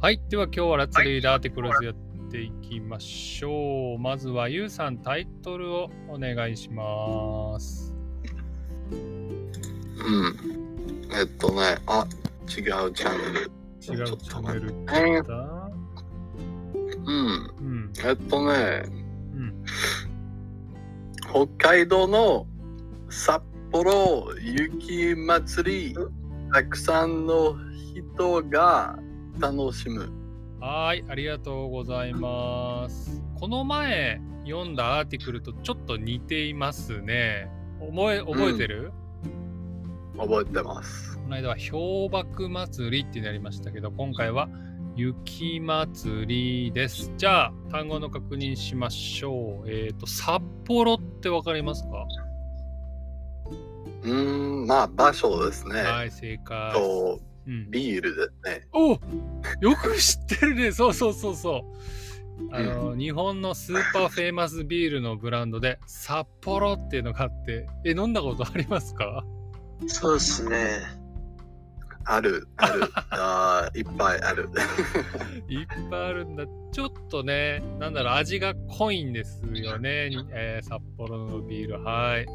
はい。では今日はラッツレイダーテクロスやっていきましょう。まずはゆうさんタイトルをお願いします。うん。えっとね、あ、違うチャンネル。違うチャンネルえだ。ううん。ん。えっとね、うん。北海道の札幌雪祭り、たくさんの人が楽しむ。はーい。ありがとうございます。この前読んだアーティクルとちょっと似ていますね。覚え、覚えてる、覚えてます。この間は氷瀑祭りってなりましたけど、今回は雪祭りです。じゃあ、単語の確認しましょう。えっ、と、札幌ってわかりますか、うーん、まあ場所ですね。はい、正解。と、うん、ビールですね。およく知ってるね。そうそうそうそう。あの、日本のスーパーフェイマスビールのブランドで、札幌っていうのがあって、え、飲んだことありますかそうですね。ある、ある。 あーいっぱいある。いっぱいあるんだ。ちょっとね、なんだろう、味が濃いんですよね。えー札幌のビール、はい。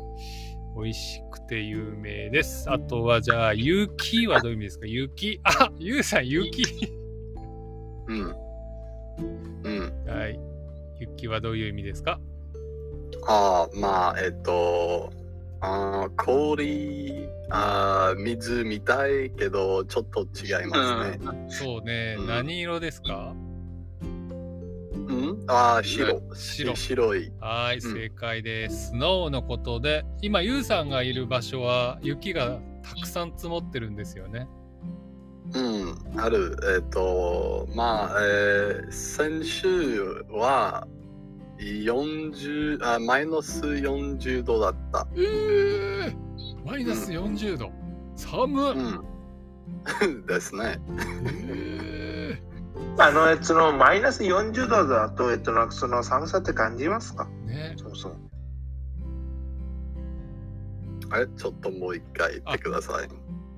美味しくて有名です。あとは、じゃあ、雪はどういう意味ですか雪。あ、ゆうさん、雪。うん。うん。はい。雪はどういう意味ですかああ、まあ、えっと、あー氷あー、水みたいけど、ちょっと違いますね。そうね、うん何色ですかうん、ああ、白。白し白い。はい、うん正解です。スノーのことで、今、ゆうさんがいる場所は、雪がたくさん積もってるんですよね。うん、ある。えっ、と、まあ、えー先週は40あ、マイナス40度だった。えー、マイナス40度。寒っうん。 ですね。えあの、えっとそのマイナス40度だと、えっと、なんかその寒さって感じますかーね、そうそう。あれ、ちょっともう一回言ってください。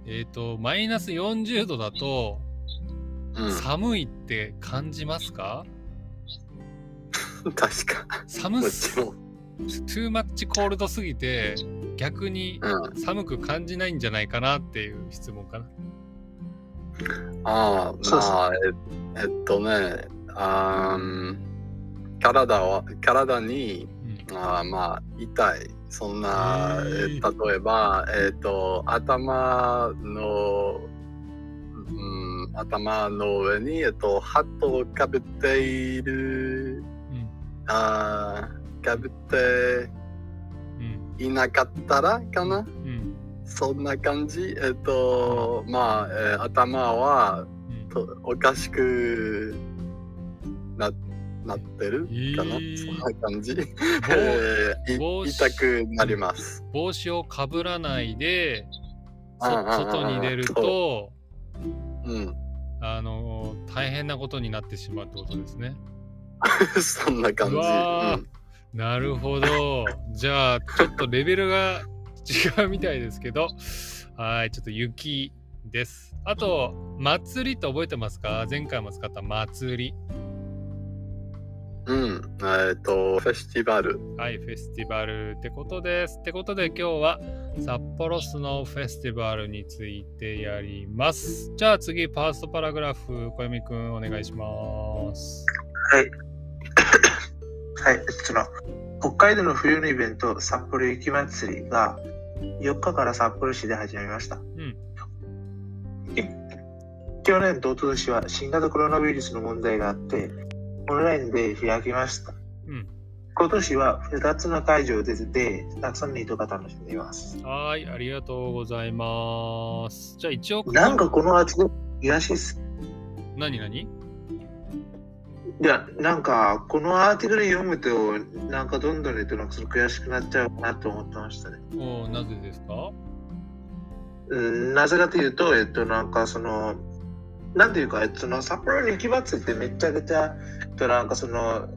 えっ、とマイナス40度だとう寒いって感じますか、ん、確か。寒こっすちも。 too much コールドすぎて逆にうん。寒く感じないんじゃないかなっていう質問かなああ、そうそうまあ、ええっとね、あーん体は、体に、うんあーまあ、痛い。そんな、ええ例えば、えっ、と、頭の、うん、頭の上に、えっと、ハットをかぶっている、うんあーかぶっうんていなかったらかなうんそんな感じ。えっ、と、まあ、えー頭は、うんとおかしくななってるかな、えーそんな感じ、帽えー帽 子い痛くなります帽子をかぶらないでそうんうんうんうん外に出るとうん あの大変なことになってしまうってことですねそんな感じうわーうんなるほど。じゃあ、ちょっとレベルが違うみたいですけど、はい、ちょっと雪です。あと、祭りって覚えてますか前回も使った祭り。うん、えっ、とフェスティバ ルはい、フェスティバルってことです。ってことで今日は札幌スノーフェスティバルについてやります。じゃあ次、ファーストパラグラフ、小泉くんお願いします。はい、えっとその北海道の冬のイベント、札幌雪まつりが4日から札幌市で始まりました。んい去年と一昨年は新型コロナウイルスの問題があって、オンラインで開きました。うん今年は2つの会場でで、たくさんの人が楽しんでいます。はい、ありがとうございます。じゃあ一応、なんかこの暑いらしいっす。何何いや、なんかこのアーティクル読むと、なんかどんどんね、なんかその悔しくなっちゃうなと思ってましたね。おなぜですかうん、なぜかというと、えっと、なんかその、なんていうか、えっと、その札幌の雪祭りってめちゃくちゃ、えっと、なんかその、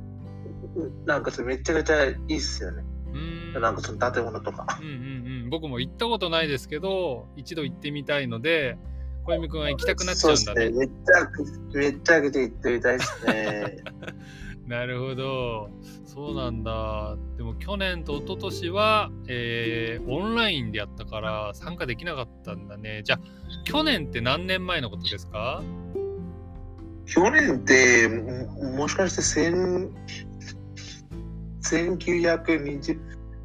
なんかそのめちゃくちゃいいっすよね。うーなんかその建物とか。うんうんうん、僕も行ったことないですけど一度行ってみたいので小泉くんは行きたくなっちゃうんだね。そうですね。めっちゃ、めっちゃ開けて行ってみたいで すね。なるほど。そうなんだ。でも去年と一昨年は、えーオンラインでやったから参加できなかったんだね。じゃあ、去年って何年前のことですか去年って、ももしかして千、1920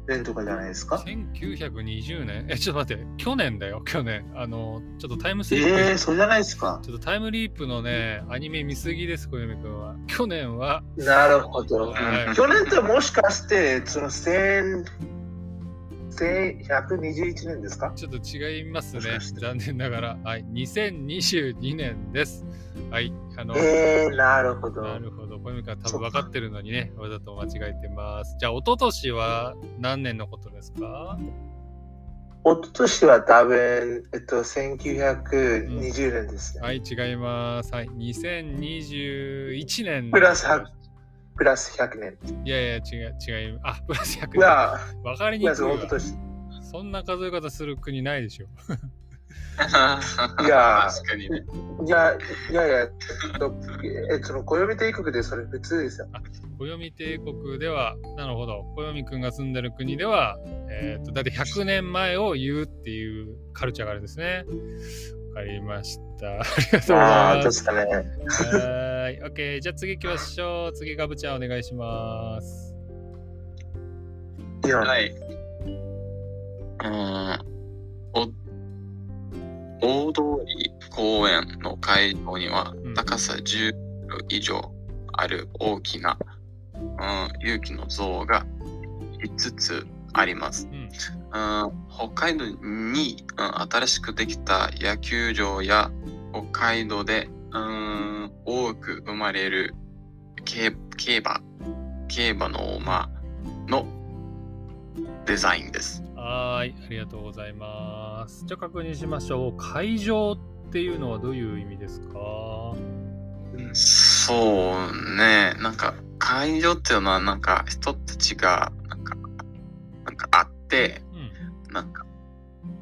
年とかじゃないですか ?1920 年え、ちょっと待って。去年だよ、去年。あの、ちょっとタイムスえリップ。ー、そうじゃないですか。ちょっとタイムリープのね、アニメ見すぎです、小泉くんは。去年は、なるほど。はい去年ってもしかして、その千、1121年ですかちょっと違いますねもしかし。て残念ながら。はい。2022年です。はい。あの、えー、なるほど。なるほど。小泉君は多分分かってるのにね、わざと間違えてます。じゃあ、一昨年は何年のことですか一昨年は多分、えっと、1920年ですね。はい、違います。はい。2021年。プラス100プラス100年。いやいや、違う、違う。あ、プラス100いや、分かりいにや、くいそのわ一昨。年。そんな数え方する国ないでしょ。いやー確かにね。いや、いやいや、えっと、えっとその暦帝国でそれ普通ですよ。暦帝国では、なるほど。暦君が住んでる国では、えっ、と、だって100年前を言うっていうカルチャーがあるんですね。わかりました。あ りがとうございああ、ます。確かね。はーい。オッケー。じゃあ次行きましょう。次、ガブちゃんお願いします。いや、はい。うんお大通公園の会場にはうん高さ10メートル以上ある大きな、うん、勇気の像が5つあります、うんうん北海道に、うん、新しくできた野球場や北海道で、うん、多く生まれる競競馬競馬の馬のデザインです。はーい。ありがとうございます。じゃあ確認しましょう。会場っていうのはどういう意味ですかそうね、なんか会場っていうのはなんか人たちがなんかなんかあってうん。なんか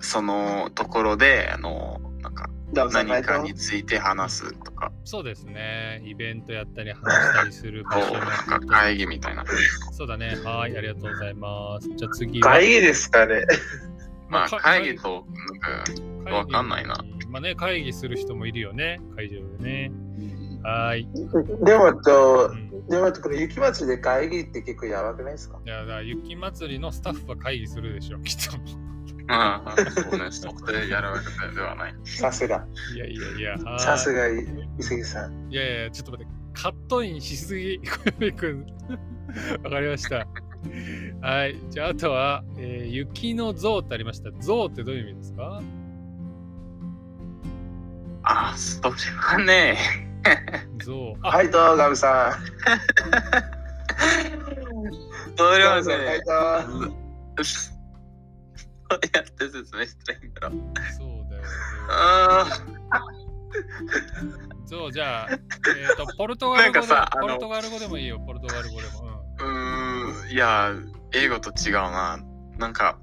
そのところであのなんかダムさんが何いたかのについて話すとか、そうですね。イベントやったり話したりする場こ所うのなんか会議 みたいな。そうだね。はーい。ありがとうございます。じゃあ次は。会議ですかね。まあか会議となんか会議わかんないなまあね、会議する人もいるよね。会場でね。はーい。でもとう、ん。でもと、この雪祭りで会議って結構やばくないですかいや、だから雪祭りのスタッフは会議するでし ょ、きっと。まあそうね、そこでやるわけではない。さすが。いやいやいや、はーいさすが伊勢さん。いやいや、ちょっと待って、カットインしすぎ、小泉くん。 わかりました。はい。じゃあ、あとは、えー雪の像ってありました。像ってどういう意味ですかあ、それは ね。像。あ、はい、どうガムさそん。れはガムさんはねい。どう どうやって説明したらいいんだろう。そうだよ。あ像、じゃあ、えっ、と、ポルトガル語なんでかさあポのルトガル語でもいいよ、ポルトガル語でも。うんーうーん、いや、英語と違うな。なんか、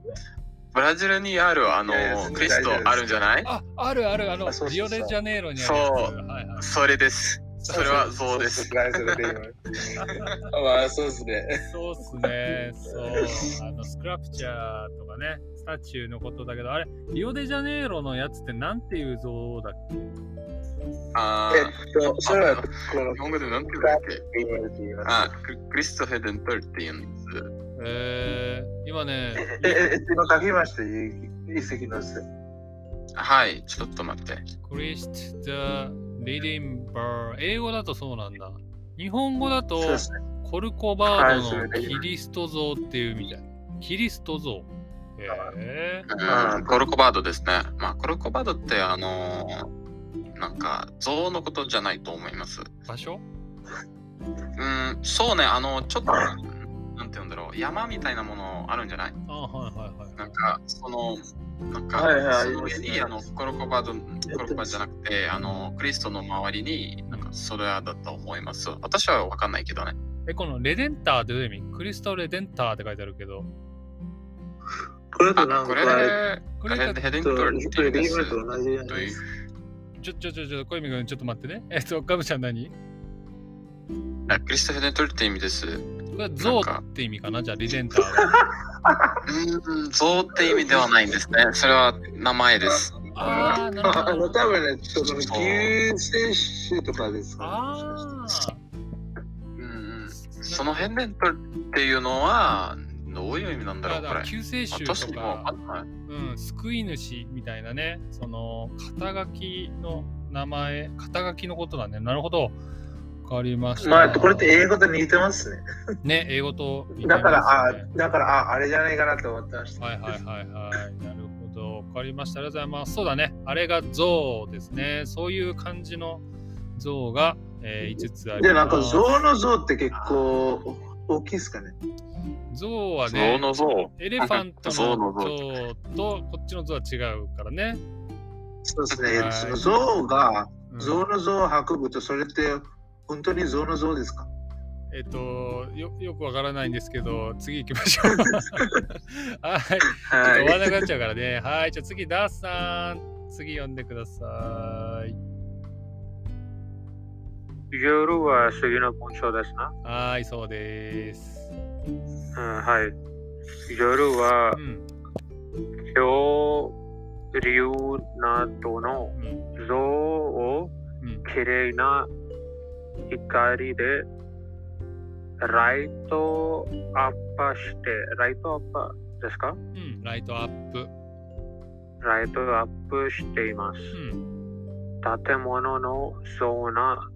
ブラジルにあるあのいやいや、クリストあるんじゃないあ、あるある、あのあそうそうそうリオデジャネイロにあるやつ。そうはいはい。それです。それはそうです。ガムさんで今まあ、そうですね。そうっすね。そう。あの、スクラプチャーとかね、スタチューのことだけど、あれ、リオデジャネイロのやつってなんていう像だっけあえーっと、それは、この日、本語でなんて言うんだっけ今のって言います。あク、クリストヘデントルっていうんです。えー、今ね、え、え、え、今書きました、遺跡のせ。はい、ちょっと待って。クリスト・ザ・リディンバー。英語だとそうなんだ。日本語だとそう、ですね。コルコバードはのいそれでキリスト像っていうみたい。キリスト像。えー、あうんコルコバードですね。まあ、コルコバードって、あのーなんか、像のことじゃないと思います。場所うん、そうね、あの、ちょっと、なんて言うんだろう、山みたいなものあるんじゃないあ、はいはいはい。なんか、その、なんか、はいはいその上ありますに、ねあの、コロコバード、コロコバじゃなくて、あの、クリストの周りに、なんか、それだと思います。私はわかんないけどね。え、このレデンターってどういう意味クリストレデンターって書いてあるけど。これとあなん、か、これ、ここれれがヘデンとトルっていうんですリーグと同じじゃないですちょ、ちょ、ちょ、ちょ、小泉君、ちょっと待ってね。えっと、ガムちゃん何こあクリストフェネトルって意味です。うれは象って意味かなじゃあ、リゼンターは。ーん、像って意味ではないんですね。それは名前です。ああ、なるああほのど。多分ね、ちょっと牛選手とかですか、ね。ああ。うんうん。その辺でトルっていうのは、どういう意味なんだろだう、かこれら。救世主私とにもわかか、んない。うん、救い主みたいなね、その肩書きの名前、肩書きのことだね。なるほど。わかりました。まあ、これって英語と似てますね。ね、英語と似てますだねから、あ、だから、あ、あれじゃないかなと思ってました。はいはいはいはい。なるほど。わかりました。ありがとうございます。そうだね。あれが像ですね。そういう感じの像が、え5つあります。で、なんか象の象って結構大きいですかね。像は像ね、の像。エレファント象のの像像とこっちの像は違うからね。そうですはね。いその象が、うん象の象を運ぶと、それって本当に象の象ですかえっとよ、よくわからないんですけど、次行きまし ょう。はい。ちょっとは終わらい。なくなっちゃうからね。はい。じゃあ次、ダースさん。次読んでください。夜は次の文章ですな。はい、そうです。うん、はい。夜はうん。恐竜などのうん。像をうん。綺麗な光でライトアップして、ライトアップですかうん。ライトアップ。ライトアップしています。うん。建物のそうな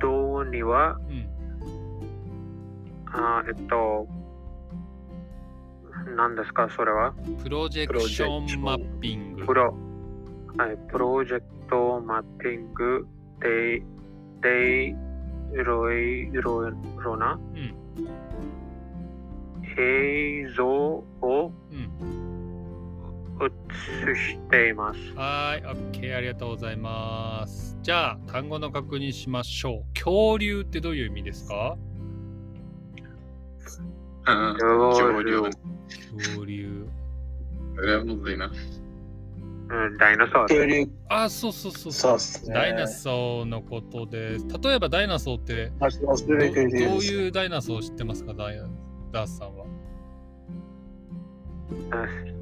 どには、うん。あえっと、何ですかそれはプロジェクションマッピング。プロ、はい、プロジェクトマッピングで、で、いろいろなうん。映像をうん。映しています。はい。オッケー。ありがとうございます。じゃあ、単語の確認しましょう。恐竜ってどういう意味ですかうん。恐恐竜竜。恐竜。それはむずいな。うんダイノソー恐ル。竜、あ、そうそうそうそうっすね。ダイナソーのことです。例えばダイナソーってあそうそどどうれ恐竜ですいうダイナソーを知ってますかダイナダースさんは。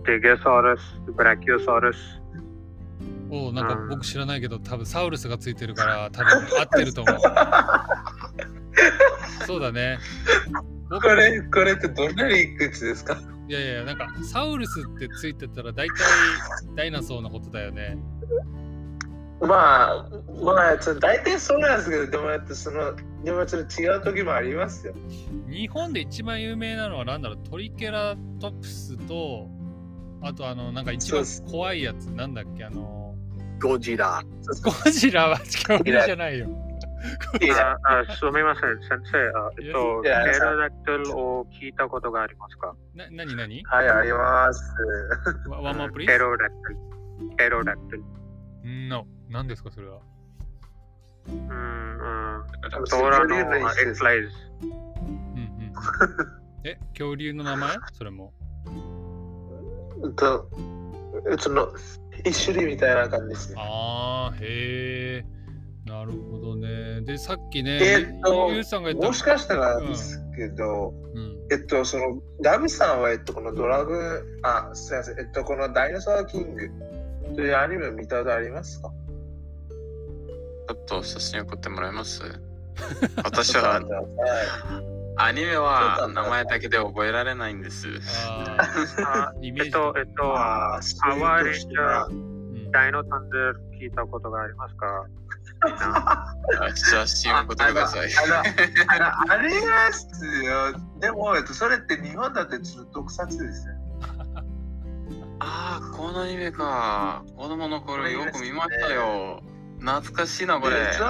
ティゲソールス、ブラキオソールス。おうなんかうん僕知らないけど多分サウルスがついてるから多分合ってると 思う。そうだね。僕これ、これってどんなにいくつですかいやいやなんかサウルスってついてたら大体ダイナソーのことだよね。まあ、まあ、ちょっと大体そうなんですけど、でもやっぱその、でもちょっと違う時もありますよ。日本で一番有名なのはなんだろうトリケラトプスとあとあのなんか一番そう怖いやつなんだっけあのゴジラ。ゴジラは恐竜じゃないよ。いや、ああすみません、先生。あえっと、いやテラダクトルを聞いたことがありますかな、なになにはい、あります。ワワンマンプリテーロダクトル。テロダクトル。ズ ?No。何ですかそれは。うん、うん。だからトラ恐竜のの一種エですフライズ。うん うん。え、恐竜の名前それも。うんと、その、一種類みたいな感じですね。あー、へー。なるほどね。で、さっきね、えーっとゆうさんが言った。もしかしたらですけど、うん。えっと、その、ダムさんは、えっと、このドラグ、あ、すいません、えっと、このダイナソーキングというアニメ見たことありますかちょっと写真送ってもらえます 私ははアニメは名前だけで覚えられないん です。ああー、イメージ、えっとえっとああ、スピリットしてなうんダイノサンダル聞いたことがありますかあ写真送ってください。あの、あのあれですよ。でも、えっと、それって日本だってちょっと特撮ですよね。ああ、このアニメか。子供の頃よく見ましたよ。懐かしいな、これ。でしょ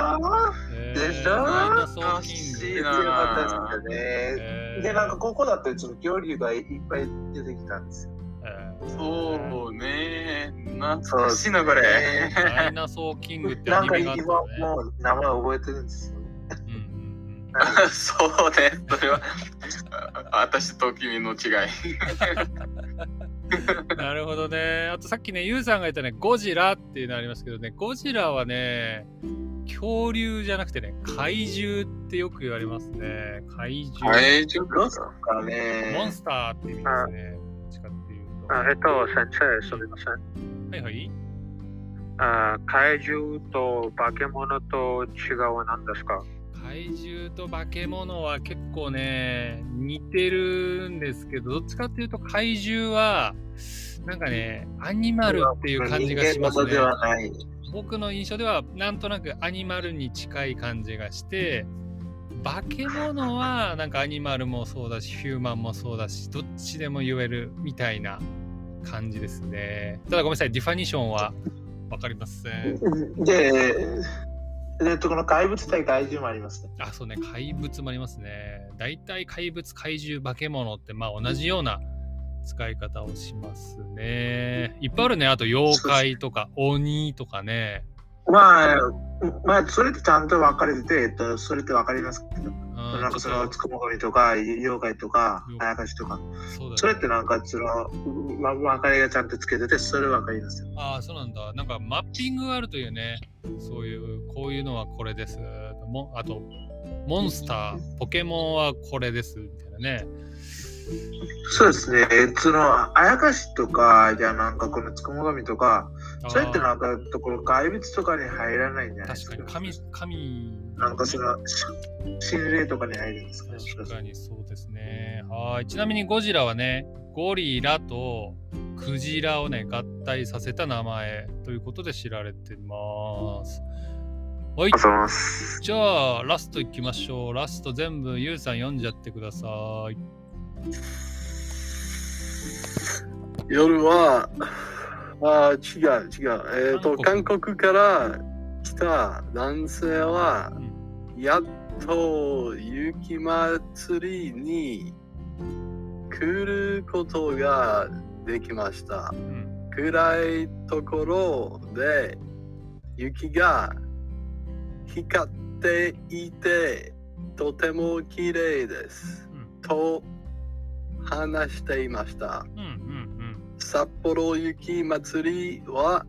えーでしょダイナソー懐かキしンいグ。強かなった。ですよね。えーで、なんか、ここだってちょっと恐竜がいっぱい出てきたんですよ。えーそうね。懐かしいな、これ。ダイナソーキングってアなんニかメがあっ今たものね。う名前覚えてるんですよ。うんうん そうね。それは、あ私と君の違い。なるほどね。あとさっきね、ユウさんが言ったね、ゴジラっていうのありますけどね、ゴジラはね、恐竜じゃなくてね、怪獣ってよく言われますね。怪獣。大丈夫ロでスすとかかモンね。スターって意味ですね。どっちかっていうと。あえっと、先生、すみません。はいはい。あ怪獣と化け物と違うは何ですか怪獣と化け物は結構ね、似てるんですけど、どっちかっていうと怪獣は、なんかね、アニマルっていう感じがします人間事ねで。はない。僕の印象では、なんとなくアニマルに近い感じがして、化け物はなんかアニマルもそうだし、ヒューマンもそうだし、どっちでも言えるみたいな感じですね。ただごめんなさい、ディファニションはわかりません。で、で、この怪物対怪獣もありますね。あ、そうね、怪物もありますね。大体怪物、怪獣、化け物って、まあ同じような使い方をしますね。いっぱいあるね。あと、妖怪とか、鬼とかね。まあ、まあ、それってちゃんと分かれてて、えっと、それって分かりますけうど、ん、なんかちそょの、っつくもりとか、妖怪とかうん、あやかしとか、そうだねそれってなんか、その、ま、分かりがちゃんとつけてて、それ分かりますよ。ああ、そうなんだ。なんかマッピングがあるというね。そういう、こういうのはこれです。もあと、モンスター、ポケモンはこれです。みたいなね。そうですね、えその、あやかしとか、じゃあなんかこのつくも神とか、あーそれってなんか、ところ怪物とかに入らないんじゃないで確すかか。に、神、神、なんかその、心霊とかに入るんですかね。確かにそうですね。はい。ちなみにゴジラはね、ゴリラとクジラをね、合体させた名前ということで知られてます。はいありがとうご。ざいます。じゃあ、ラストいきましょう。ラスト全部、ゆうさん読んじゃってください。夜は、あー違う違う。えっ、と、韓韓国から来た男性はう、やっと雪祭りに来ることができました。うん。暗いところで雪が光っていてとても綺麗です、うんと話していましたうん、うん、札幌雪祭りは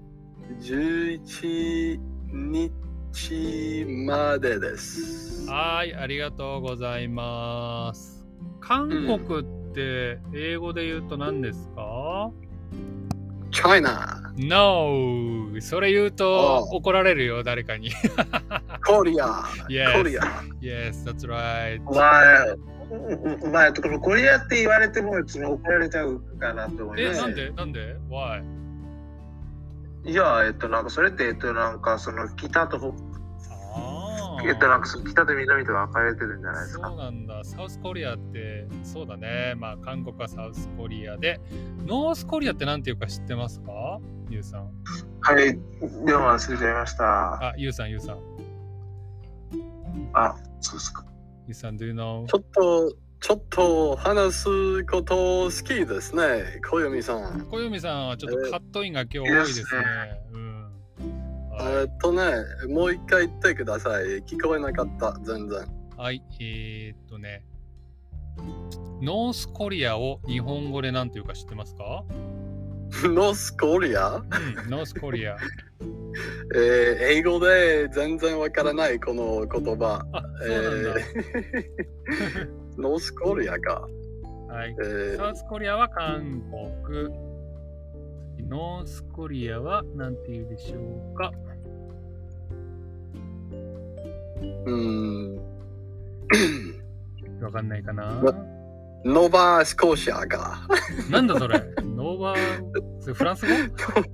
11日までですうん。はい、ありがとうございます。韓国って英語で言うと何ですか、チャイナ ?No! それ言うとああ怒られるよ、誰かに。コリア Yes. コリア yes, that's right. まあ、うんまあ、このゴリラって言われても、その怒られちゃうかなと思いえ、まなすん。でなんで ?Why? いや、えっと、なんか、それって、えっと、なんか、その北と北、あーえっと、なんか、その北と南と分かれてるんじゃないですそうか。なんだ。サウスコリアって、そうだね。まあ、韓国はサウスコリアで、ノースコリアってなんていうか知ってますかゆうさん。はい、でも忘れちゃいました。あ、ゆうさん、ゆうさん。あ、そうですか。ゆうさん、do you know? ちょっとちょっと話すこと好きですね小読さん小読さんはちょっとカットインが今日多いですね。うん。えはっとね、もう一回言ってください。聞こえなかった、全然。い、はい、えー、っとね。ノースコリアを日本語でなんていうか知ってますか、ノースコリア、うん、ノースコリア。えー英語で全然わからないこの言葉。あ、そうなんだ。ノースコリアか。はいえ。ーサウスコリアは韓国。ノースコリアはなんて言うでしょうか。うん、わかんないかな。ノバースコシアか。なんだそれ。ノーバー。それフランス語。はい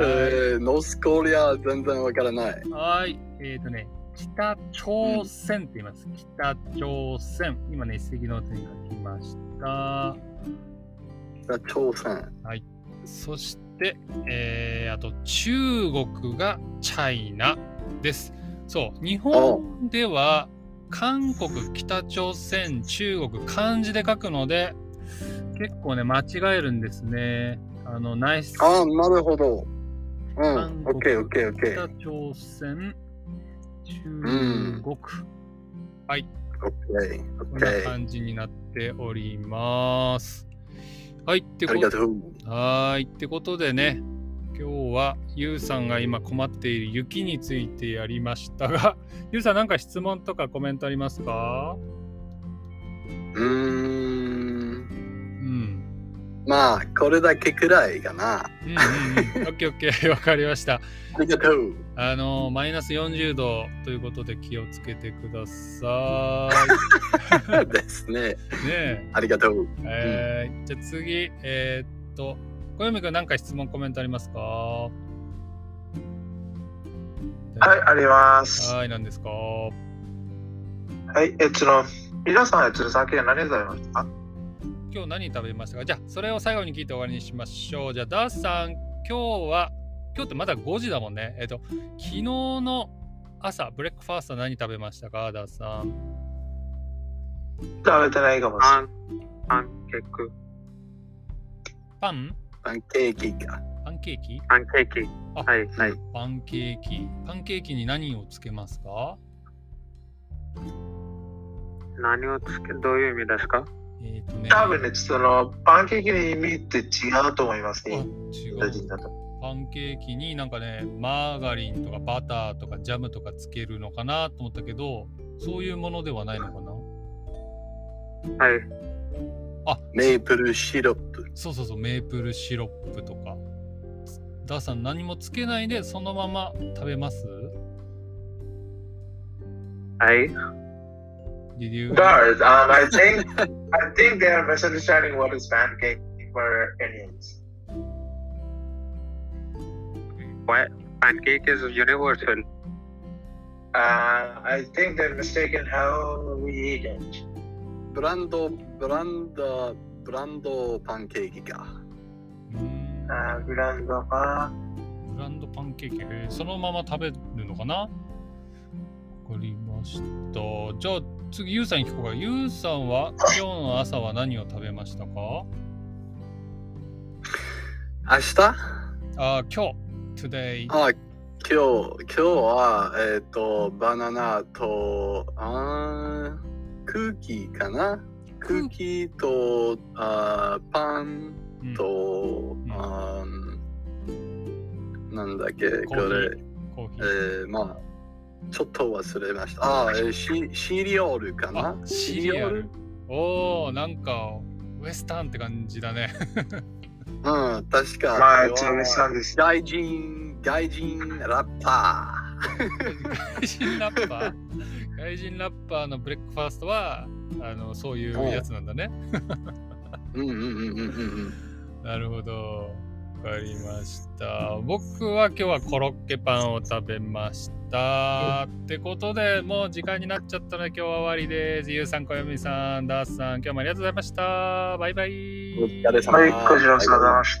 えーノースコリア全然わか らない。はい。えっ、ー、とね、北朝鮮って言います。北朝鮮。今ね、一石の手に書きました。朝鮮。そして、えーあと中国がチャイナです。そう、日本では韓国、北朝鮮、中国、漢字で書くので、結構ね、間違えるんですね。あの、ナイス。ああ、なるほど。う韓ん、オ国ッケーオッケーオッケ北ー。朝鮮、中ん国。オッケーオこッんケなー。感じになっております。はい、ってあこりとがとう。はーい。ってことでね、今日はゆうさんが今困っている雪についてやりましたが、 ゆうさんなんか質問とかコメントありますかうーん。うん。まあ、これだけくらいかな。うんうんうん。オッケーオッケー。わ かりました。ありがとう。あのーマイナス40度ということで気をつけてくださですね。 い。ねえ。ありがとう。えーじゃあ次、えーっと、小読くんなんか質問コメントありますかははい、あります。はーい、何ですかはい、えっとの、皆さん、えっと、さっきは何食べましたか今日何食べましたかじゃあそれを最後に聞いて終わりにしましょうじゃあダースさん今日は今日ってまだ5時だもんねえっ、と昨日の朝ブレックファースト何食べましたかダースさん食べてないかもしれない。パン、パンケーキ、パンパンケーキか。パンケーキパンケーキ。あはい、はい。パンケーキパンケーキに何をつけますか何をつけ、どういう意味ですかえっ、とね多分ね、ちょっとあの、パンケーキの意味って違うと思いますあね。違インド人うだと。パンケーキになんかねマーガリンとかバターとかジャムとかつけるのかなと思ったけどそういうものではないのかなはい。あメープルシロップ。そうそうそうメープルシロップとかつダーさん何もつけないでそのまま食べますはい。 Did you- But, um, I think, I think they are misunderstanding what is pancake for Indians. Pancake is universal. Uh, I think they're mistaken how we eat it. ブランド、ブランド、ブランドパンケーキか。うーんあーブランドか。ブランドパンケーキ、えーそのまま食べるのかなわかりましたじゃあ次ゆうさんに聞こうかゆうさんは今日の朝は何を食べましたか明日あー今日 today あ今日、今日は、えっ、と、バナナと、あークッキーかなクッキーと、あーパンうんコと、んあーなんだっけ、コーこヒーれ、ーヒえーー、まあ、ちょっと忘れました。あー、えーシシリオールかなあシリアルおおなんかウエスタンって感じだね うん、確か。まああ、れはチームさんです。外人、外人ラッパ外人ラッパー外人ラッパーのブレックファーストはあのそういうやつなんだねー。うんうんうんうんうんなるほど。わかりました。僕は今日はコロッケパンを食べました。ってことで、もう時間になっちゃったので今日は終わりです。ゆうさん、こよみさん、ダースさん、今日もありがとうございました。バイバイ。うん。お疲れ様。はい、こちらさまでございました。し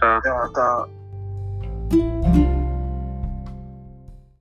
た。ではまた。